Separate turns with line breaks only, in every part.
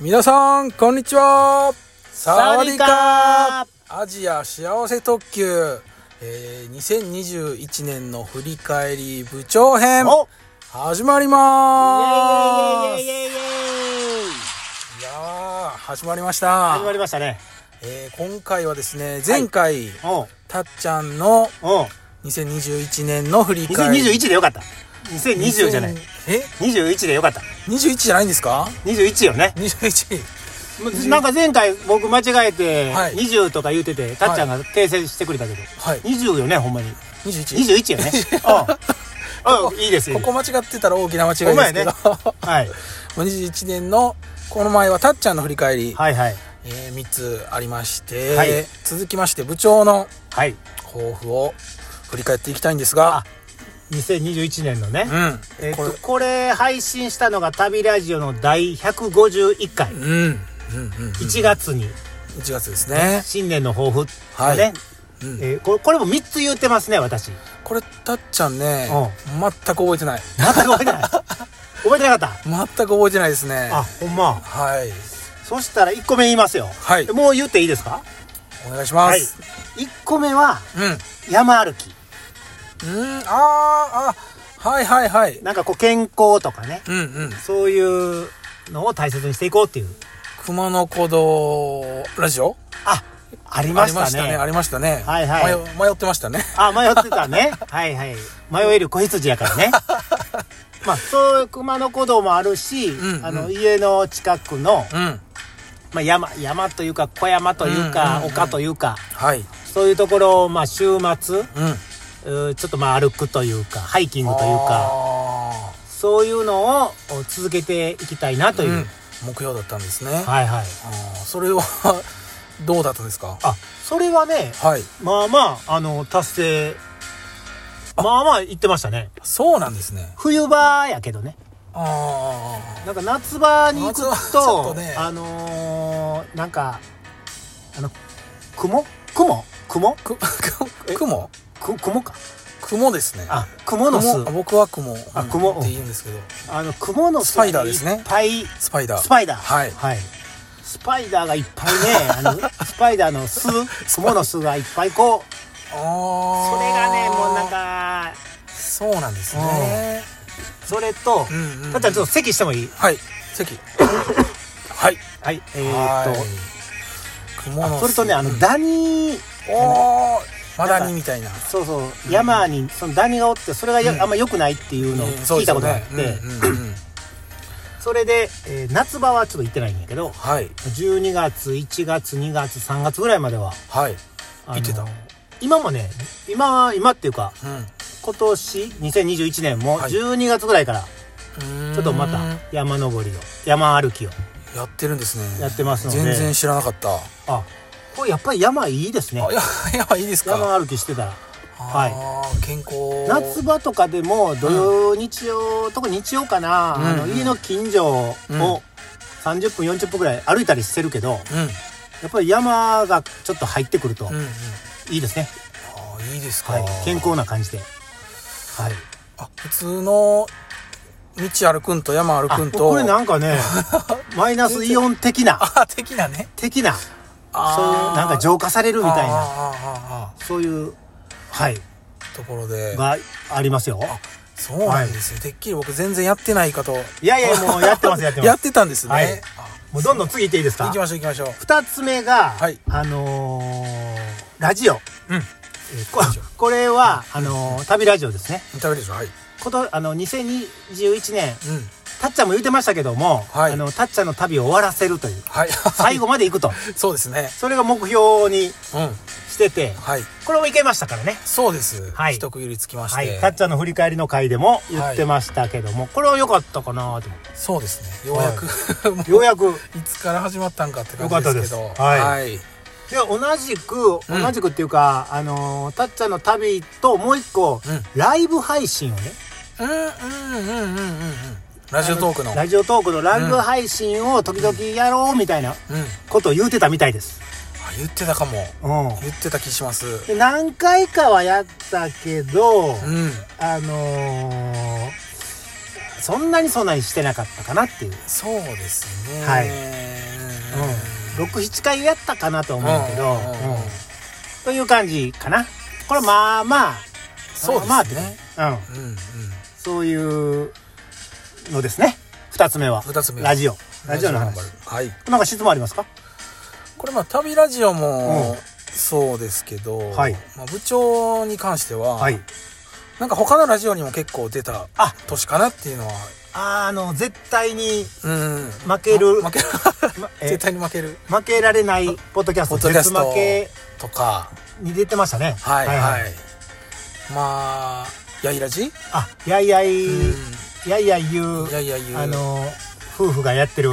皆さんこんにちはサワディーカ
サワディー
ーアジア幸せ特急、えー、2021年の振り返り部長編
お
始まりまーす
イエイイエイイエイイエイイエイ
いやー始まりました
始まりましたね。
えー今回はですね前回、
おう
たっちゃんの
おう
2021年の振り返り
2021でよかった。2020じゃない。
え
21でよかった。
21じゃないんですか
21よね。
21
なんか前回僕間違えて
はい
20とか言うてて、たっちゃんが訂正してくれたけど、
はい
20よね、ほんまに。
21
21よね。 うんうん。いいですよ。
ここ間違ってたら大きな間違
ほ
い
ん
で
ます
け
やね
ど、
はい。
21年のこの前はたっちゃんの振り返り、
はいはい。
え3つありまして、
はい
続きまして部長の
はい。
抱負を振り返っていきたいんですが
あ2021年のね。
うん
えっ
ことれ、
これ配信したのが旅ラジオの第151回、
うんうんうん
1月に
1月ですね
新年の抱負、ね
はいうん
えーここれも3つ言ってますね私
これたっちゃんね全く覚えてない
全く覚え てない覚えてなかっ
全く覚えてないですね
たあほんま
はい
そしたら1個目言いますよ、
はい
もう言っていいですか
お願いします、
1個目は
うん
山歩き
うん、あーあ、はいはいはい。
なんかこう健康とかね
うんうん。
そういうのを大切にしていこうっていう
熊野古道ラジオ
あありましたね
ありましたね。あ
は
り
い
ました
はい
ね。迷迷ってましたね。
あ、迷ってたね。はいはい。迷える子羊 やからね。まあ、そういう熊野古道もあるし、
んうん
あの、家の近くの、
うん。
まあ、山、山というか、小山というか、
うんうんうん
丘というか、
はい。
そういうところを、まあ、週末、う
うん。
ーちょっとまあ、歩くというか、ハイキングというか、
あ
そういうのをお続けていきたいなと
ー
いう。
うん。目標だったんですね。あ
はいはい。
ーそれは、どうだったんですか
あ、それはね、
はい。
まあまあ、あの、達成、まあまあ、行ってましたね。
そうなんですね。
冬場やけどね。
あ
なんか夏場に行く
夏
と
場ちょっとね
あのー、なんかあの雲雲
あ。
雲
く、く、雲
く雲か
雲ですね。
あ雲の巣
雲僕は雲。
あ
うん
雲
って言うんですけど。
あの雲の巣
スパイダーですね
いっぱい
スパイダー。
スパイダー
はい
スパイダーがいっ ぱいねあのスパイダーの巣雲の巣がいっぱいこ
あ
うそ
あ。
れがねもうなん。か
そうなんですね。
それと、
うんうんうん
だったらちょっと席してもいい
はい、 席。はい。
はい
え
えー、っと
雲
あ
の巣
それとねあ
う
の
ん
ダニー、
おー、マダニみたいな。
そうそう、山にそのダニがおってそれがよ
うん
あんま良くないっていうのを聞いたことがあって、そ
そうですよねうんうんうん
れで、えー夏場はちょっと行ってないんやけど
はい、
12月1月2月3月ぐらいまでは
はい。
あの
行ってた
今もね今は今っていうか
う
今年2021年も
はい
12月ぐらいから
ん。
ちょっとまた
うーん
山登りを山歩きを
やってるんですね。
やってますので
全然知らなかった。
あこれやっぱり山いいですね
あ、いや、 いや、いいですか。
山歩きしてたらはい
い。健康。
夏場とかでも土曜、日曜特に日曜かな、
うん
あの家の近所を
うん
30分40分ぐらい歩いたりしてるけど
うん。
やっぱり山がちょっと入ってくると
うん、うん。
いいですね、
あー、いいですか
はい。、健康な感じで、はい、
あ、普通の道歩くんと山歩
あ
くんと。
これなんかねマイナスイオン的な
あ、的なね。
的な
あー
そういうなんか浄化されるみたい
あ
な
ーあーあーあ
そういうはい
ーところで。
がありますよ
そうなんですよ。てっきり僕全然やってないかと。
いやいやもうやってますやってます
やってたんですね。
はいもうどんどん次行っていいです
あ
か
行きましょう行きましょう。
二つ目が、
はい
あのーラジオ、
うん。
えーここれはあのー旅ラジオですね
食べるでしょはい。
ことあの2021年
うん。
たっちゃんも言ってましたけども、
はい
あのたっちゃんの旅を終わらせるという
はい。
最後まで行くと
そうですね。
それが目標に
うん。
してて
はい。
これも行けましたからね
そうです。
はい
一区切りつきまし
は
て。
い、たっちゃんの振り返りの回でも言ってましたけども、これは良かったかなと思っ
そうですね。ようやく、も
てようやく
ういつから始まったんかって感じですけど。
よかったですはい
い。
で同じく
うん
同じくっていうか、あのーたっちゃんの旅ともう一個、
うん
ライブ配信をね
うんうんうんうんうんうん。ラジオトークの。
ラジオトークのライブ配信を時々やろうみたいな
うん。あ
ことを言うてたみたいです、
言ってたかも。
うん、
言ってた気します。う
で何回かはやったけど、
ん。
あのーそんなにそんなにしてなかったかなっていう、
そうですね
はい
うん
うん、67回やったかなと思うけど、
うんうんうん
うんという感じかなこれまあまあ
そう
まあ
ですね、
まあって、うん、
うんうん
そういうのですね2つ目は
二つ目は
ラジオラジオの話
はい
なんか質問ありますか
これまあ旅ラジオ
う
も
ん
そうですけど、
はい
まあ、部長に関しては、
はい
なんか他のラジオにも結構出た
あ
年かなっていうのは
あの絶対に
うん
負ける
ま負ける
まえ
絶対に負ける
負けられないポッドキャス
ポ
ト
ッドキャス
絶
ト
負け
とか
に出てましたね
はいはい、
い、
まあやいらじ、
あやいやい、
うん、
やいやい言う
やいや言う
あの夫婦がやってる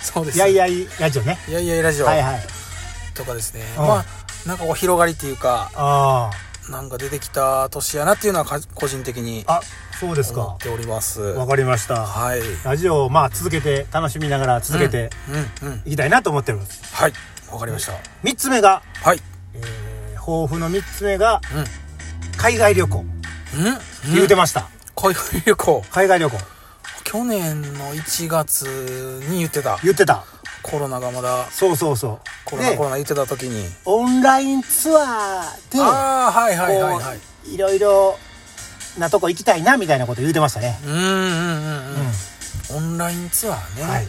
そうです
やいやいラジオね
やいやいラジオ
はいはい
とかですね、
うん
まあなんかこう広がりっていうか
あ
なんか出てきた年やなっていうのはか個人的に
ああそうです
思
か
っております
わかりました
はい
ラジオをまあ続けて楽しみながら続けて
うんうん
いきたいなと思っております
はいわかりました
3つ目が、
はい
えー、抱負の3つ目が
うん
海外旅行
うん
言うて
も
ました、
海外旅行
海外旅行
去年の1月に言ってた
言ってた
コロナがまだ
そうそうそう
コロナ
で
コロナ言ってた時に
オンラインツアーで
ああはいはいはい
こ
はいう
いろいろなとこ行きたいなみたいなこと言うてましたね、
うんうんうん
う
うんオンラインツアーね、
はい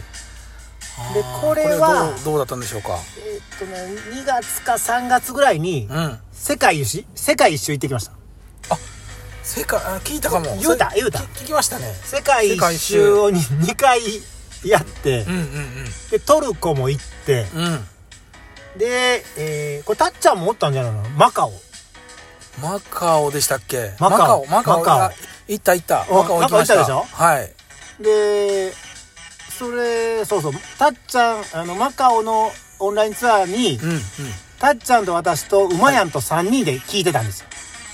あー
でこれは
どうどうだったんでしょうか
えーっとね2月か3月ぐらいに
うん
世界一周世界一周行ってきました
世界あ聞いたかも
言うた
それ
言うた
聞聞きましたね
世界
世界
一
一
周
周
を2回やって
うんうん
でトルコも行って
うんうん
で、えーこれたっちゃんもおったんじゃないのマカオ
マカオでしたっけ
マカオ
マカオマ
マカオ
カオいや行った行った
お
マカオ行きました
マカオ行ったでし
はい
でそれそうそうたっちゃんあのマカオのオンラインツアーに
うんうん
たっちゃんと私とうまやんと3人で聞いてたんですよ、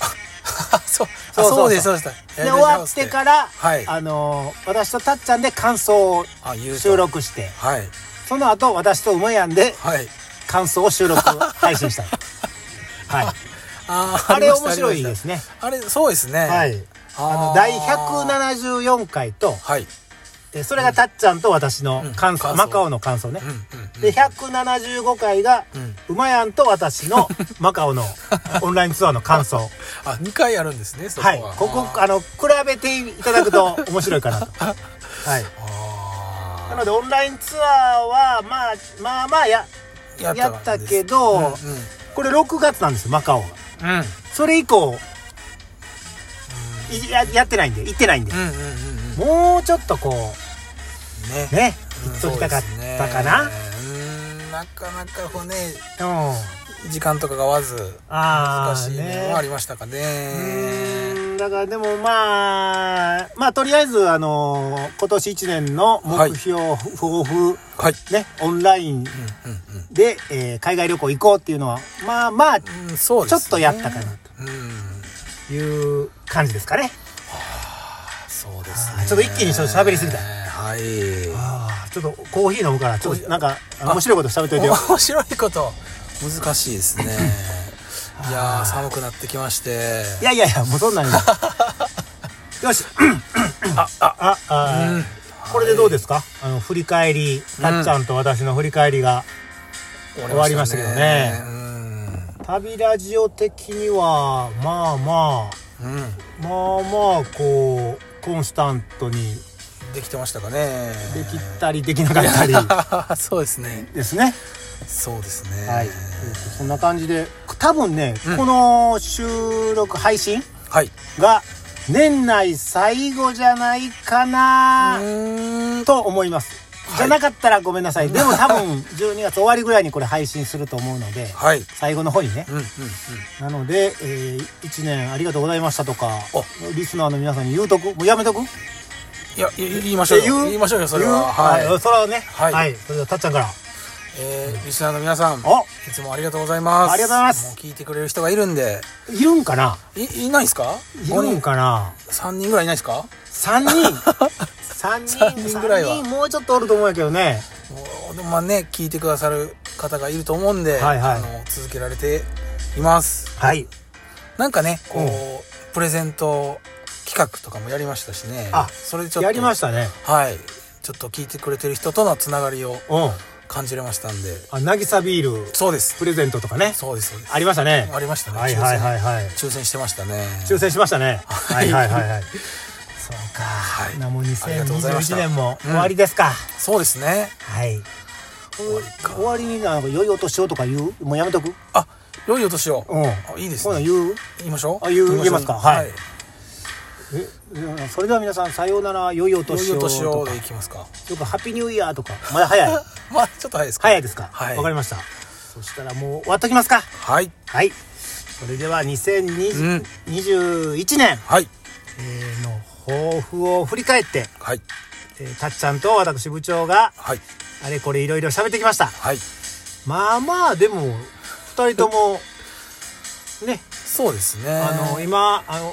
そうあ
そうそ
そう
うそう
ですそうです
で終わって
ら
から、
はい
あのー私とたっちゃんで感想を
あ言うと
収録して
はい
その後私とうまやんで
はい
感想を収録配信した はい
あー
あれ
りました
面白い
あり
で
まし
すね
たあれそうですね
はいい
あ
あ
ー
の第174回と
はい
えそれがたっちゃんと私の感想,、
うん感想
マカオの感想ね
うん、うんうん
で175回が、
うん
うまやんと 私のマカオのオンラインツアーの感想
あ二回あるんですねそこ
は
はい
ここあの比べていただくと面白いかなと はい
あ
なのでオンラインツアーはまあまあまあや
ー
やった
んです
けど、
うんうん
これ6月なんですよマカオが
うん
それ以降いややってないんで行ってないんで
う、んうんうんうん
もうちょっとこ
ね
うね
うん
行っときたかっ
そうですね
たかな、
うんなかなかこうね
うん
時間とかが合わず
あ
難
あ
しい面もありましたかね
うんだからでもまあまあとりあえずあの今年1年の目標、抱負
はい
ねオンライ
う
ン
んうん
で、えー海外旅行行こうっていうのはまあまあち
うんうんそうです
ょ
ね
っとやったかな
うん
という感じですかね。
そうです
あ
ね
ーちょっと一気にちょっと喋りすぎた
はい
ああちょっとコーヒー飲むからちょっとなんかあの
あ
面白いこと喋っといてよ。
面白いこと難しいですね いやー寒くなってきまして
いやいやいやもうそんなんいいよし。あああ、
うん
これでどうですか？あの振り返りたっちゃんと私の振り返りが。終わりましたけどね
うん
旅ラジオ的にはまあまあ
うん
まあまあこうコンスタントに
できてましたかね
できたりできなかったり
そうですね
ですね。
そうですね
はい、そんな感じで多分ね、
うん
この収録配信
はい
が年内最後じゃないか
う
な
ーん
と思います。
い
じゃなかったらごめんなさい。でも多分 12月終わりぐらいにこれ配信すると思うので、
はい
最後の方にね
う。んうんうん
なので、え1年ありがとうございましたとか
お、
リスナーの皆さんに言うとく、もうやめとく
いやいや言いましょうよ言いましょうよそれ
言う
ははい、
それはね。は。
はいい
それでは、たっちゃんから。
えーリスナーの皆さん
お
いつもありがとうございます
ありがとうございます
もう聞いてくれる人がいるんで
いるんかない
いないですか
いるん
人
かな
3人ぐらいいないですか
?3 人 !3 人
三人ぐらいは
三人もうちょっとおると思うんやけどね。
もうでもまあね聞いてくださる方がいると思うんで、
はいはい
あの続けられています
はい。
なんかねこう、
う
プレゼント企企画とかもやりましたしね
あ
それでちょっと
やりましたね。
はいちょっと聞いてくれてる人とのつながりを
うん。
感じれましたんで
あ、なぎさビール、
そうです
プレゼントとかね。
そうですそうです
ありましたね。
ありましたね
はいはいはいはい。
抽選してましたね
抽選しましたね。
は
はいいはいはいはい。そうか。
い
なもう
ありがとうございました
2021年も終わりですか。
そうですね
はい。終
わりか
終わりになんか良いお年をとか言うもうやめとく
あ良いお年を
うん。
あいいです
こう
ね
いうの言う
言いましょう
あ言う
言いしょ
言いますかはい
い
えうんそれでは皆さんさようなら良いお
良い
年を
お
と
年を
か
でいきますか
よくハッピーニューイヤーとかまだ早い
まあちょっと早いですか
早いですか
はい
わかりましたそしたらもう終わっときますか
はい
はいそれでは
うん
2021年
はい
えーの抱負を振り返って
はい
えーたっちゃんと私部長が
はい
あれこれいろいろ喋ってきました
はい
まあまあでも2人ともね
そうですね
あの今あの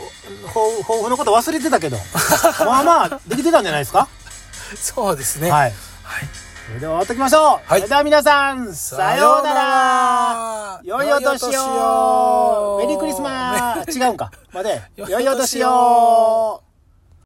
抱抱負のこと忘れて たけどまあまあできてたんじゃないですか
そうですね
はい
はい
それでは終わっておきましょう、
はい
それでは皆さんさようなら良いお年 をメリークリスマス違うんかまで
良いお年を
良いお年を